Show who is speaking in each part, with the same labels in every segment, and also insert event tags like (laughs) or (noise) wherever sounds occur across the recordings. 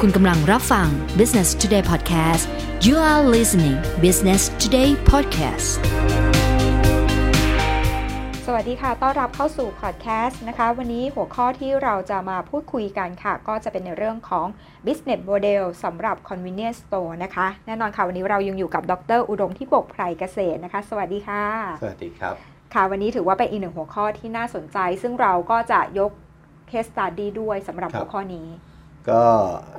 Speaker 1: คุณกำลังรับฟัง Business Today Podcast you are listening Business Today Podcast
Speaker 2: สวัสดีค่ะ ต้อนรับเข้าสู่พอดแคสต์นะคะ วันนี้หัวข้อที่เราจะมาพูดคุยกันค่ะ ก็จะเป็นในเรื่องของ business model สำหรับ convenience store นะคะ แน่นอนค่ะ วันนี้เรายังอยู่กับดร อุดมที่บกไพรเกษตรนะคะ สวัสดีค่ะ
Speaker 3: สวัสดีครับ
Speaker 2: ค่ะ วันนี้ถือว่าเป็นอีกหนึ่งหัวข้อที่น่าสนใจ ซึ่งเราก็จะยก case study ด้วยสำหรับ
Speaker 3: ครับ
Speaker 2: หัวข้อนี้
Speaker 3: ก็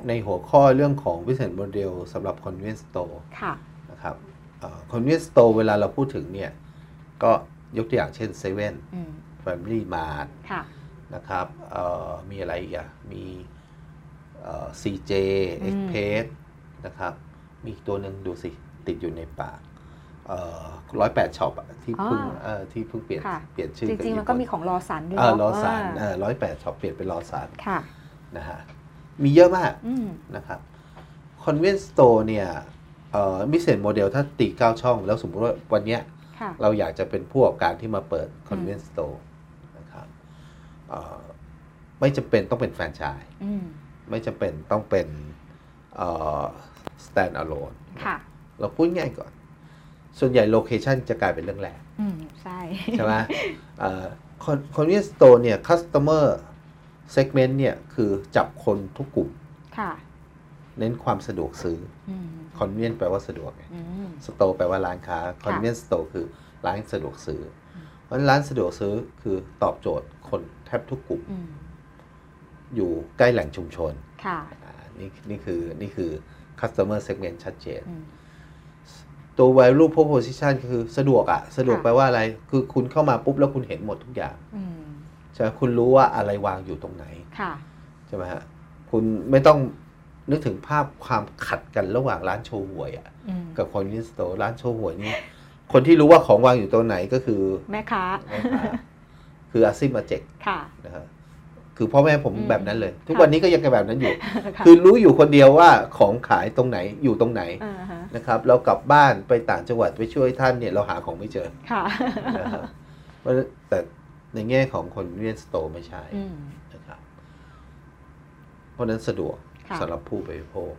Speaker 3: ในหัวข้อเรื่องของ business model สำหรับ convenience store
Speaker 2: ค่ะ
Speaker 3: นะครับเอ่อ convenience store เวลาเราพูดถึงเนี่ย ก็ยกตัวอย่างเช่น 7
Speaker 2: อืม
Speaker 3: Family Mart
Speaker 2: ค่ะ
Speaker 3: นะครับเอ่อมีอะไรอีกอะมีเอ่อ CJ
Speaker 2: อืม
Speaker 3: Express นะครับ มีอีกตัวหนึ่งดูสิ ติดอยู่ในปากร้อยแปดช็อปที่เพิ่ง
Speaker 2: อ๋อ
Speaker 3: เอ่อที่เพิ่งเปลี่ยน
Speaker 2: ค่ะ
Speaker 3: เปลี่ยนชื่อ
Speaker 2: จริง ๆ มันก็มีของลอสันด้วย
Speaker 3: เออ
Speaker 2: เนาะ
Speaker 3: ลอสัน
Speaker 2: อ่า
Speaker 3: ร้อยแปดช็อปเปลี่ยนเป็นลอสัน
Speaker 2: ค่ะ
Speaker 3: นะฮะมีเยอะมาก
Speaker 2: อืม
Speaker 3: นะครับ convenience store เนี่ยมิเศษโมเดลถ้าตี9ช่อง แล้วสมมติว่าวันเนี้ย
Speaker 2: ค่ะ
Speaker 3: เราอยากจะเป็นผู้ประกอบการที่มาเปิด convenience store นะครับเอ่อไม่จำเป็นต้องเป็นแฟรนไชส์
Speaker 2: อืม
Speaker 3: ไม่จำเป็นต้องเป็นเอ่อ stand alone
Speaker 2: ค่ะ
Speaker 3: เราพูดง่ายก่อน ส่วนใหญ่โลเคชันจะกลายเป็นเรื่องแร (laughs) ก
Speaker 2: อืม ใช่
Speaker 3: ใช่ไหมเอ่อ con- convenience store เนี่ย customer segment เนี่ย คือจับคนทุกกลุ่ม
Speaker 2: ค่ะ
Speaker 3: เน้นความสะดวกซื้อ
Speaker 2: อืม
Speaker 3: คอนเวียนแปลว่าสะดวกไง
Speaker 2: อืม
Speaker 3: สโตร์แปลว่าร้านค้าคอนเวียนสโตร์คือร้านสะดวกซื้ออ
Speaker 2: ม
Speaker 3: เพราะฉะนั้นร้านสะดวกซื้อคือตอบโจทย์คนแทบทุกกลุ่ม
Speaker 2: อืม
Speaker 3: อยู่ใกล้แหล่งชุมชน
Speaker 2: ค่ะ
Speaker 3: อ่านี่นี่คือนี่คือ customer segment ชัดเจน
Speaker 2: อืม
Speaker 3: ตัว value proposition คือสะดวกอะสะดวก
Speaker 2: ค่ะ
Speaker 3: แปลว่าอะไร คือคุณเข้ามาปุ๊บแล้วคุณเห็นหมดทุกอย่าง
Speaker 2: อืม
Speaker 3: ใช่ไหมคุณรู้ว่าอะไรวางอยู่ตรงไหน
Speaker 2: ค่ะ
Speaker 3: ใช่ไหมฮะคุณไม่ต้องนึกถึงภาพความขัดกันระหว่างร้านโชว์หวยอะ
Speaker 2: อืม
Speaker 3: กับคนนิสโตร้านโชว์หวยนี่ คนที่รู้ว่าของวางอยู่ตรงไหนก็คือ
Speaker 2: แม่ค้า
Speaker 3: แม่ค้าคืออาซิมาเจก
Speaker 2: ค่ะ (laughs)
Speaker 3: นะครับคือพ่อแม่ผม
Speaker 2: อืม
Speaker 3: แบบนั้นเลย ทุก
Speaker 2: ค่ะ
Speaker 3: วันนี้ก็ยังเป็นแบบนั้นอยู่
Speaker 2: ค่ะ
Speaker 3: คือรู้อยู่คนเดียวว่าของขายตรงไหนอยู่ตรงไหน
Speaker 2: อ่าฮะ (laughs)
Speaker 3: นะครับ เรากลับบ้านไปต่างจังหวัดไปช่วยท่านเนี่ยเราหาของไม่เจอ
Speaker 2: ค่ะ (laughs)
Speaker 3: นะครับเพราะฉะนั้นแต่ในแง่ของคนเรียนสโตไม่ใช่
Speaker 2: อืม
Speaker 3: นะครับ เพราะฉะนั้นสะดวก
Speaker 2: ค่ะ
Speaker 3: สำหรับผู้บริโภค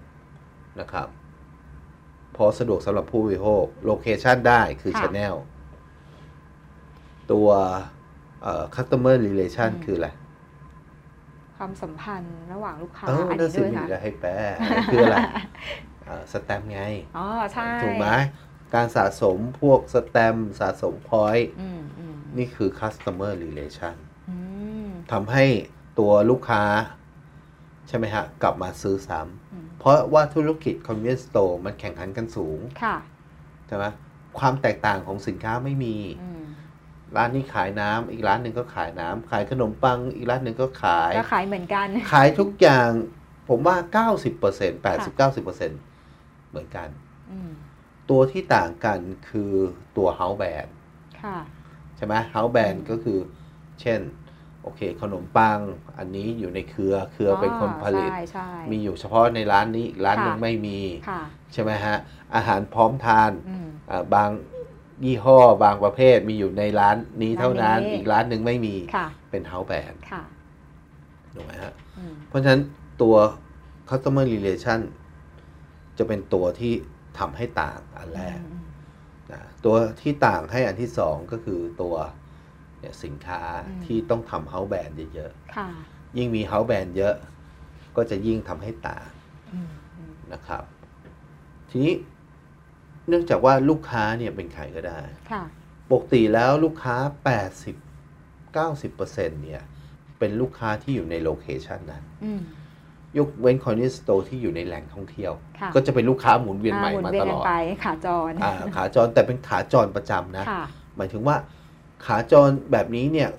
Speaker 3: นะครับ พอสะดวกสำหรับผู้บริโภคโลเคชันได้คือ
Speaker 2: ค่ะ
Speaker 3: Channel ตัวเอ่อ customer relation
Speaker 2: อืม
Speaker 3: คืออะไร
Speaker 2: ความสัมพันธ์ระหว่างลูกค้า
Speaker 3: เออ
Speaker 2: อัน
Speaker 3: น่า
Speaker 2: นี้
Speaker 3: สิ
Speaker 2: ด้วย
Speaker 3: มี
Speaker 2: ค่ะ
Speaker 3: จะให้แปลคืออะไรสแตมไง
Speaker 2: อ๋อ ใช่
Speaker 3: ถูกไหมการสะสมพวกสแตมสะสมพอยต์
Speaker 2: อืมอืม
Speaker 3: นี่คือ customer relation
Speaker 2: อืม
Speaker 3: ทำให้ตัวลูกค้า ใช่ไหมฮะ กลับมาซื้อซ้
Speaker 2: อืม
Speaker 3: ำเพราะว่าธุรกิจ convenience store มันแข่งขันกันสูง
Speaker 2: ค่ะ
Speaker 3: ใช่ไหมความแตกต่างของสินค้าไม่มี
Speaker 2: อืม
Speaker 3: ร้านนี้ขายน้ำอีกร้านหนึ่งก็ขายน้ำขายขนมปัง อีกร้านหนึ่งก็ขาย
Speaker 2: ก็ขายเหมือนกัน (laughs)
Speaker 3: ขายทุกอย่างผมว่า 90% 80 90%เหมือนกัน
Speaker 2: อืม
Speaker 3: ตัวที่ต่างกันคือตัวเฮาแบน
Speaker 2: ค่ะ
Speaker 3: ใช่ไหมเฮาแบนก็คือ เช่น โอเค ขนมปัง อันนี้อยู่ในเครือเครืออเป็นคนผลิต
Speaker 2: ใช่ใช่
Speaker 3: มีอยู่เฉพาะในร้านนี้อีกร้านหนึง
Speaker 2: ค่ะ
Speaker 3: ไม่มี
Speaker 2: ค่ะ
Speaker 3: ใช่ไหมฮะ อาหารพร้อมทาน
Speaker 2: อืม
Speaker 3: อ่าบางยี่ห้อบางประเภทมีอยู่ในร้านนี้เท่านั้
Speaker 2: ร้า
Speaker 3: น
Speaker 2: นนี้
Speaker 3: อีกร้านหนึ่งไม่มี
Speaker 2: ค่ะ
Speaker 3: เป็นเฮาแบรนด์
Speaker 2: ค่ะ
Speaker 3: ถูกไหมฮะ
Speaker 2: อืม
Speaker 3: เพราะฉะนั้นตัว customer relation จะเป็นตัวที่ทำให้ต่างอันแรกนะตัวที่ต่างให้อันที่สองก็คือตัวเนี่ยสินค้า
Speaker 2: อืม
Speaker 3: ที่ต้องทำเฮาแบรนด์เยอะ
Speaker 2: ค่ะ
Speaker 3: ๆ ยิ่งมีเฮาแบรนด์เยอะ ก็จะยิ่งทำให้ต่าง
Speaker 2: อืมอืม
Speaker 3: นะครับ ทีนี้เนื่องจากว่าลูกค้าเนี่ยเป็นใครก็ได้
Speaker 2: ค่ะ
Speaker 3: ปกติแล้วลูกค้า 80 90%เนี่ย เป็นลูกค้าที่อยู่ในโลเคชันนั้น
Speaker 2: อืม
Speaker 3: ยกเว้นคอนเนสโตที่อยู่ในแหล่งท่องเที่ยว
Speaker 2: ค่ะ
Speaker 3: ก็จะเป็นลูกค้าหมุนเวียน
Speaker 2: อ่
Speaker 3: ใหม่
Speaker 2: ห
Speaker 3: มา
Speaker 2: นเวียน
Speaker 3: ต
Speaker 2: กั
Speaker 3: ล
Speaker 2: น
Speaker 3: อด
Speaker 2: ไปขาจร
Speaker 3: อ่าขาจรแต่เป็นขาจรประจำนะ
Speaker 2: ค่ะ
Speaker 3: หมายถึงว่าขาจรแบบนี้เนี่ย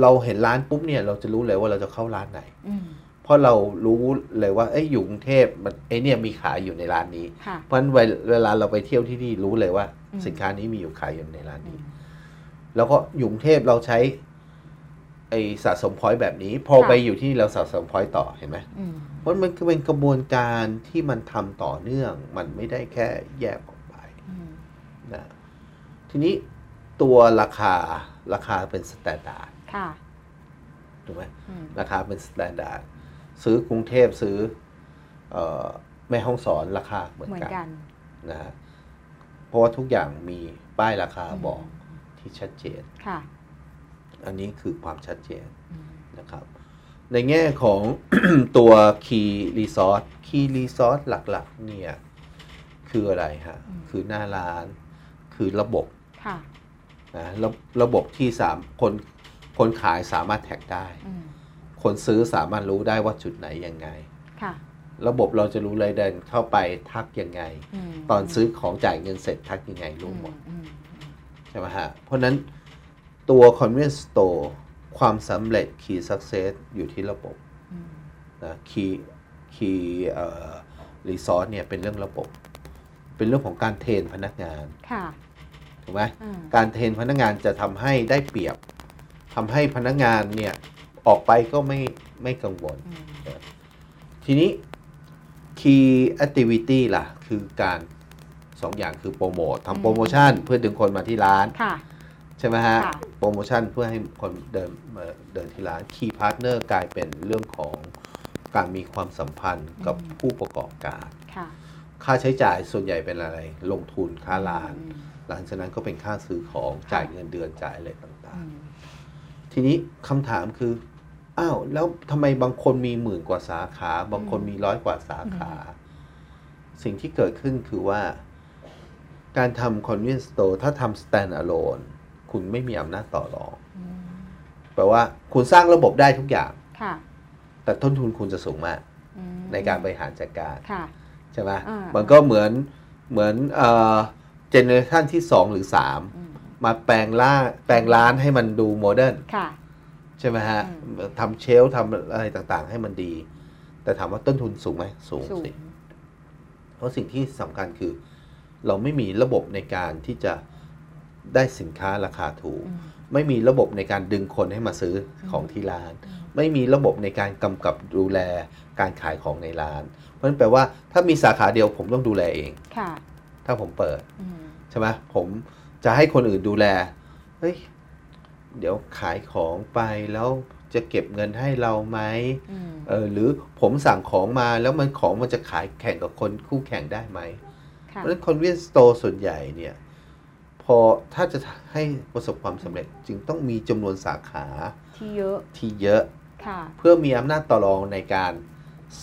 Speaker 3: เราเห็นร้านปุ๊บเนี่ย เราจะรู้เลยว่าเราจะเข้าร้านไหน
Speaker 2: อืม
Speaker 3: เพราะเรารู้เลยว่าเอ้ยอยู่กรุงเทพมันไอ้เนี่ยมีขายอยู่ในร้านนี้
Speaker 2: ค่ะ
Speaker 3: เพราะฉะนั้นเวลเวลาเราไปเที่ยวที่นี่รู้เลยว่า
Speaker 2: อืม
Speaker 3: สินค้านี้มีอยู่ขายอยู่ในร้าน
Speaker 2: อื
Speaker 3: นี้
Speaker 2: ม
Speaker 3: แล้วก็อยู่กรุงเทพเราใช้ไอสะสมพอยต์แบบนี้ พอ
Speaker 2: ค่ะ
Speaker 3: ไปอยู่ที่เราสะสมพอยต์ต่อเห็นไหม
Speaker 2: อืม
Speaker 3: มันมันคือเป็นกระบวนการที่มันทำต่อเนื่อง มันไม่ได้แค่แยกออกไป
Speaker 2: อืม
Speaker 3: นะทีนี้ตัวราคาราคาเป็นสแตนดาร์ด
Speaker 2: ค่ะ
Speaker 3: ถูกไหม
Speaker 2: อืม
Speaker 3: ราคาเป็นสแตนดาร์ดซื้อกรุงเทพซื้อ เอ่อแม่ห้องสอนราคาเหมือน
Speaker 2: เหมือน
Speaker 3: กัน
Speaker 2: กัน
Speaker 3: นะฮะเพราะว่าทุกอย่างมีป้ายราคาบอก
Speaker 2: ม
Speaker 3: ที่ชัดเจน
Speaker 2: ค่ะ
Speaker 3: อันนี้คือความชัดเจน
Speaker 2: อืม
Speaker 3: นะครับ ในแง่ของ (coughs) ตัว Key Resource Key Resource หลักๆ เนี่ย คืออะไรฮะ คือหน้าร้าน คือระบบ
Speaker 2: ค่ะ
Speaker 3: นะระระบบที่สามคนคนขายสามารถแท็กได้
Speaker 2: อืม
Speaker 3: คนซื้อสามารถรู้ได้ว่าจุดไหนยังไง
Speaker 2: ค่ะ
Speaker 3: ระบบเราจะรู้เลยเดินเข้าไปทักยังไง
Speaker 2: ม
Speaker 3: ตอนซื้อของจ่ายเงินเสร็จทักยังไงรู้หมด
Speaker 2: อือื
Speaker 3: ใช่ไหมฮะ เพราะฉะนั้นตัว convenience store ความสำเร็จ key success อยู่ที่ระบบ
Speaker 2: อืม
Speaker 3: นะ key key เอ่อ resource เนี่ยเป็นเรื่องระบบ เป็นเรื่องของการเทรนพนักงาน
Speaker 2: ค่ะ
Speaker 3: ถูกไหม
Speaker 2: อืม
Speaker 3: การเทรนพนักงานจะทำให้ได้เปรียบทำให้พนักงานเนี่ยออกไปก็ไม่ไม่กังวล
Speaker 2: อืม
Speaker 3: ทีนี้ key activity ล่ะ คือการสองอย่างคือโปรโมททำโปรโมชั่นเพื่อดึงคนมาที่ร้าน
Speaker 2: ค่ะ
Speaker 3: ใช่ไหมฮะ
Speaker 2: ค่ะ
Speaker 3: โปรโมชั่นเพื่อให้คนเดินมาเดินที่ร้าน Key Partner กลายเป็นเรื่องของการมีความสัมพันธ์กับผู้ประกอบการ
Speaker 2: ค่ะ
Speaker 3: ค่าใช้จ่ายส่วนใหญ่เป็นอะไร ลงทุนค่าร้าน
Speaker 2: อืม
Speaker 3: หลังจากนั้นก็เป็นค่าซื้อของจ่ายเงินเดือนจ่ายอะไรต่า
Speaker 2: อื
Speaker 3: ง
Speaker 2: ม
Speaker 3: ๆ ทีนี้คำถามคือ อ้าวแล้วทำไมบางคนมีหมื่นกว่าสาขา บางคนมีร้อยกว่าสาขา สิ่งที่เกิดขึ้นคือว่า การทำ convenience store ถ้าทำ stand alone คุณไม่มีอำนาจต่อรอง
Speaker 2: อืม
Speaker 3: แปลว่าคุณสร้างระบบได้ทุกอย่าง
Speaker 2: ค่ะ
Speaker 3: แต่ต้นทุนคุณจะสูงมาก
Speaker 2: อืม
Speaker 3: ในการบริหารจัดการ
Speaker 2: ค่ะ
Speaker 3: ใช่ไหม
Speaker 2: อ่ามั
Speaker 3: มันก็เหมือนเหมือนเอ่อเจเนอเรชันที่ 2 หรือ
Speaker 2: อืม
Speaker 3: 3 มาแปลงล่าแปลงร้านให้มันดูโมเดิร์น
Speaker 2: ค่ะ
Speaker 3: ใช่ไหมฮะ
Speaker 2: อืม
Speaker 3: ทำเชลฟ์ทำอะไรต่างๆ ให้มันดี แต่ถามว่าต้นทุนสูงไหมสูง
Speaker 2: สูง
Speaker 3: สิเพราะสิ่งที่สำคัญคือ เราไม่มีระบบในการที่จะได้สินค้าราคาถูก
Speaker 2: อืม
Speaker 3: ไม่มีระบบในการดึงคนให้มาซื้อของที่ร้าน
Speaker 2: อืม
Speaker 3: ไม่มีระบบในการกำกับดูแลการขายของในร้าน เพราะฉะนั้นแปลว่าถ้ามีสาขาเดียวผมต้องดูแลเอง
Speaker 2: ค่ะ
Speaker 3: ถ้าผมเปิด
Speaker 2: อืม
Speaker 3: ใช่ไหมผมจะให้คนอื่นดูแลเฮ้ยเดี๋ยวขายของไปแล้วจะเก็บเงินให้เราไหม
Speaker 2: อืม
Speaker 3: เออหรือผมสั่งของมาแล้วมันของมันจะขายแข่งกับคนคู่แข่งได้ไหม
Speaker 2: ค่ะ
Speaker 3: เพราะฉะนั้นคอนเวนสโตร์ส่วนใหญ่เนี่ย พอถ้าจะให้ประสบความสำเร็จจึงต้องมีจำนวนสาขา
Speaker 2: ที่เยอะ
Speaker 3: ที่เยอะ
Speaker 2: ค่ะ
Speaker 3: เพื่อมีอำนาจต่อรองในการ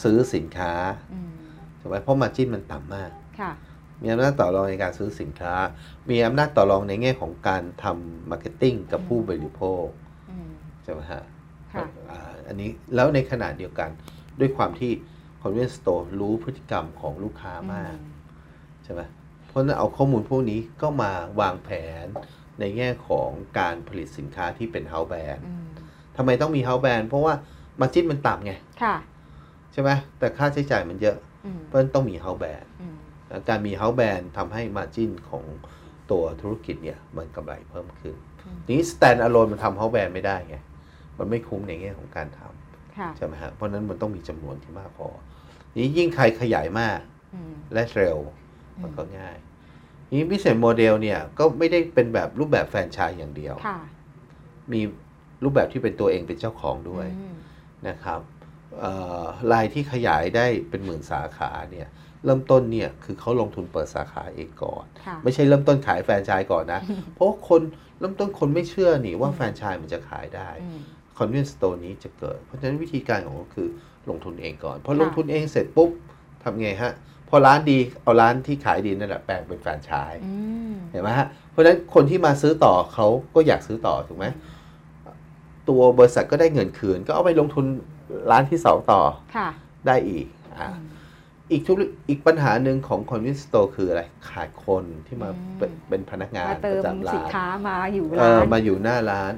Speaker 3: ซื้อสินค้า
Speaker 2: อืม
Speaker 3: ถูกไหมเพราะมาจิ้นมันต่ำมาก
Speaker 2: ค่ะ
Speaker 3: มีอำนาจต่อรองในการซื้อสินค้า มีอำนาจต่อรองในแง่ของการทำมาร์เก็ตติ้งกับผู้บริโภค
Speaker 2: อืม
Speaker 3: ใช่ไหมฮะ
Speaker 2: ค่ะ
Speaker 3: อ่าอันนี้แล้วในขณะเดียวกันด้วยความที่ convenience store รู้พฤติกรรมของลูกค้ามาก
Speaker 2: อื
Speaker 3: ใช่ไหมเพราะฉะนั้นเอาข้อมูลพวกนี้ก็มาวางแผนในแง่ของการผลิตสินค้าที่เป็นเฮาแบรนด์
Speaker 2: อืม
Speaker 3: ทำไมต้องมีเฮาแบรนด์เพราะว่ามาจิ้นมันต่ำไง
Speaker 2: ค่ะ
Speaker 3: ใช่ไหมแต่ค่าใช้จ่ายมันเยอะ
Speaker 2: อืม
Speaker 3: เพราะฉะนั้นต้องมีเฮาแบรนด์
Speaker 2: อืม
Speaker 3: การมีเฮาแบรนด์ทำให้มาจิ้นของตัวธุรกิจเนี่ยมันกำไรเพิ่มขึ้น ทีนี้ stand alone มันทำเฮาแบรนด์ไม่ได้ไง มันไม่คุ้มในแง่ของการท
Speaker 2: ค่ะ
Speaker 3: ำใช่ไหมฮะ เพราะฉะนั้นมันต้องมีจำนวนที่มากพอ นี้ยิ่งใครขยายมาก
Speaker 2: อืม
Speaker 3: และเร็ว มันก็ง่ายนี้ business model เนี่ยก็ไม่ได้เป็นแบบรูปแบบแฟรนไชส์อย่างเดียว
Speaker 2: ค่ะ
Speaker 3: มีรูปแบบที่เป็นตัวเองเป็นเจ้าของด้วย
Speaker 2: อืม
Speaker 3: นะครับเอ่อรายที่ขยายได้เป็นหมื่นสาขาเนี่ยเริ่มต้นเนี่ยคือเขาลงทุนเปิดสาขาเองก่อน
Speaker 2: ค่ะ
Speaker 3: ไม่ใช่เริ่มต้นขายแฟรนไชส์
Speaker 2: (laughs)
Speaker 3: ก่อนนะ เพราะคนเริ่มต้นคนไม่เชื่อนี่ว่าแฟรนไชส์มันจะขายได้
Speaker 2: อืม
Speaker 3: คอนเวน e ์สโต r e นี้จะเกิด เพราะฉะนั้นวิธีการของเขาคือลงทุนเองก่อนพอ
Speaker 2: ค่ะ
Speaker 3: ลงทุนเองเสร็จปุ๊บทำไงฮะ พอร้านดีเอาร้านที่ขายดีนั่นแหละแปลงเป็นแฟรนไชส์
Speaker 2: อืม
Speaker 3: เห็นไหมฮะเพราะฉะนั้นคนที่มาซื้อต่อเขาก็อยากซื้อต่อถูกไหม ตัวบริษัทก็ได้เงินคืน ก็เอาไปลงทุนร้านที่สองต่อ
Speaker 2: ค่ะ
Speaker 3: ได้อีกอ่ะ
Speaker 2: อืม
Speaker 3: อีกทุกอีกปัญหาหนึ่งของคอนวินสโตคืออะไร ขาดคนที่มา
Speaker 2: อืม
Speaker 3: เป็นเป็นพนักงาน
Speaker 2: มา
Speaker 3: ป
Speaker 2: เติม
Speaker 3: ระจำร้า
Speaker 2: สิน
Speaker 3: น
Speaker 2: ค้ามาอยู่
Speaker 3: เอ
Speaker 2: ร้า
Speaker 3: อน มาอยู่หน้าร้าน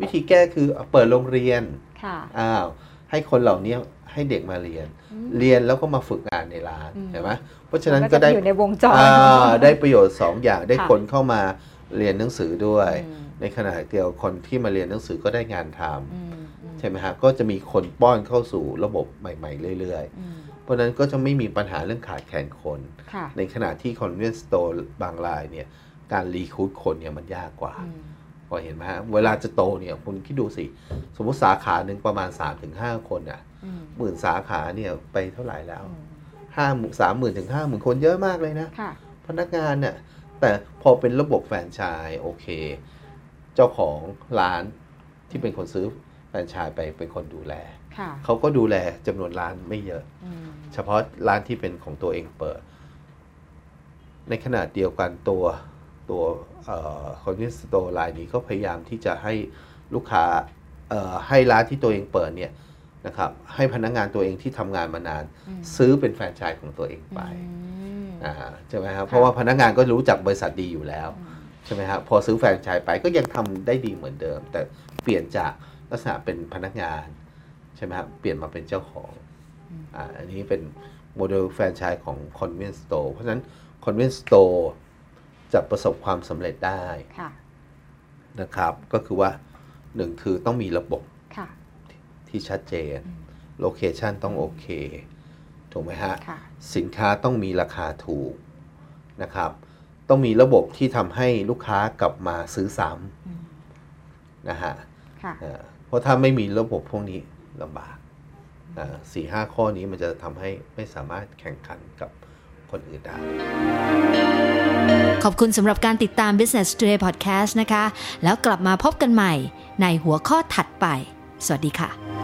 Speaker 3: วิธีแก้คือเอาเปิดโรงเรียน
Speaker 2: ค่ะ
Speaker 3: อ้าวให้คนเหล่านี้ให้เด็กมาเรียน
Speaker 2: อืม
Speaker 3: เรียนแล้วก็มาฝึกงานในร้าน
Speaker 2: อืม
Speaker 3: เห็นไหมเพราะฉะนั้น
Speaker 2: มั
Speaker 3: ก็ได้
Speaker 2: อยู่ในวงจร
Speaker 3: อ่าได้ประโยชน์สองอย่างได้
Speaker 2: ค่ะ
Speaker 3: คนเข้ามาเรียนหนังสือด้วย
Speaker 2: อืม
Speaker 3: ในขณะเดียวคนที่มาเรียนหนังสือก็ได้งานทำ
Speaker 2: อืมอืม
Speaker 3: ใช่ไหมฮะ ก็จะมีคนป้อนเข้าสู่ระบบใหม่ ๆ เรื่อย
Speaker 2: อืม
Speaker 3: ๆ เพราะฉะนั้นก็จะไม่มีปัญหาเรื่องขาดแคลนคน
Speaker 2: ค่ะ
Speaker 3: ในขณะที่ convenience store บางรายเนี่ย การรีคูดคนเนี่ยมันยากกว่า
Speaker 2: อืม
Speaker 3: พอเห็นไหมฮะ เวลาจะโตเนี่ยคุณคิดดูสิ สมมติสาขาหนึ่งประมาณ 3-5 คนอ่ะ
Speaker 2: อืม
Speaker 3: หมื่นสาขาเนี่ยไปเท่าไหร่แล้ว
Speaker 2: อืม
Speaker 3: ห้าหมื่นสามหมื่นถึงห้าหมื่นคนเยอะมากเลยนะ
Speaker 2: ค่ะ
Speaker 3: พนักงานเนี่ยแต่พอเป็นระบบแฟรนไชส์โอเค เจ้าของร้านที่เป็นคนซื้อแฟรนไชส์ไปเป็นคนดูแล
Speaker 2: ค่ะ
Speaker 3: เขาก็ดูแลจำนวนร้านไม่เยอะ
Speaker 2: อืม
Speaker 3: เฉพาะร้านที่เป็นของตัวเองเปิด ในขณะเดียวกันตัวตัวคอนเนสโตรายนี้ก็พยายามที่จะให้ลูกค้าเอ่อให้ร้านที่ตัวเองเปิดเนี่ยนะครับให้พนักงานตัวเองที่ทำงานมานาน
Speaker 2: ม
Speaker 3: ซื้อเป็นแฟรนไชส์ของตัวเองไป
Speaker 2: อืม
Speaker 3: อ่าใช่ไหมครับ
Speaker 2: ค่ะ
Speaker 3: เพราะว่าพนักงานก็รู้จักบริษัทดีอยู่แล้ว
Speaker 2: อืม
Speaker 3: ใช่ไหมครับพอซื้อแฟรนไชส์ไปก็ยังทำได้ดีเหมือนเดิม แต่เปลี่ยนจากลักษณะเป็นพนักงานใช่ไหมครับเปลี่ยนมาเป็นเจ้าของ
Speaker 2: อืม
Speaker 3: อ่าอันนี้เป็นโมเดลแฟรนไชส์ของ convenience store เพราะฉะนั้น convenience store จะประสบความสำเร็จได้
Speaker 2: ค่ะ
Speaker 3: นะครับ ก็คือว่าหนึ่งคือต้องมีระบบ
Speaker 2: ค่ะ
Speaker 3: ที่ชัดเจน
Speaker 2: อืม
Speaker 3: โลเคชันต้องโอเค ถูกไหมฮะ
Speaker 2: ค่ะ
Speaker 3: สินค้าต้องมีราคาถูกนะครับ ต้องมีระบบที่ทำให้ลูกค้ากลับมาซื้อซ้
Speaker 2: อืม
Speaker 3: ำนะฮะ
Speaker 2: ค่ะ
Speaker 3: เอ่อเพราะถ้าไม่มีระบบพวกนี้ลำบากอ่าสี่ห้าข้อนี้มันจะทำให้ไม่สามารถแข่งขันกับคนอื่นได้
Speaker 1: ขอบคุณสำหรับการติดตาม Business Today Podcast นะคะ แล้วกลับมาพบกันใหม่ในหัวข้อถัดไป สวัสดีค่ะ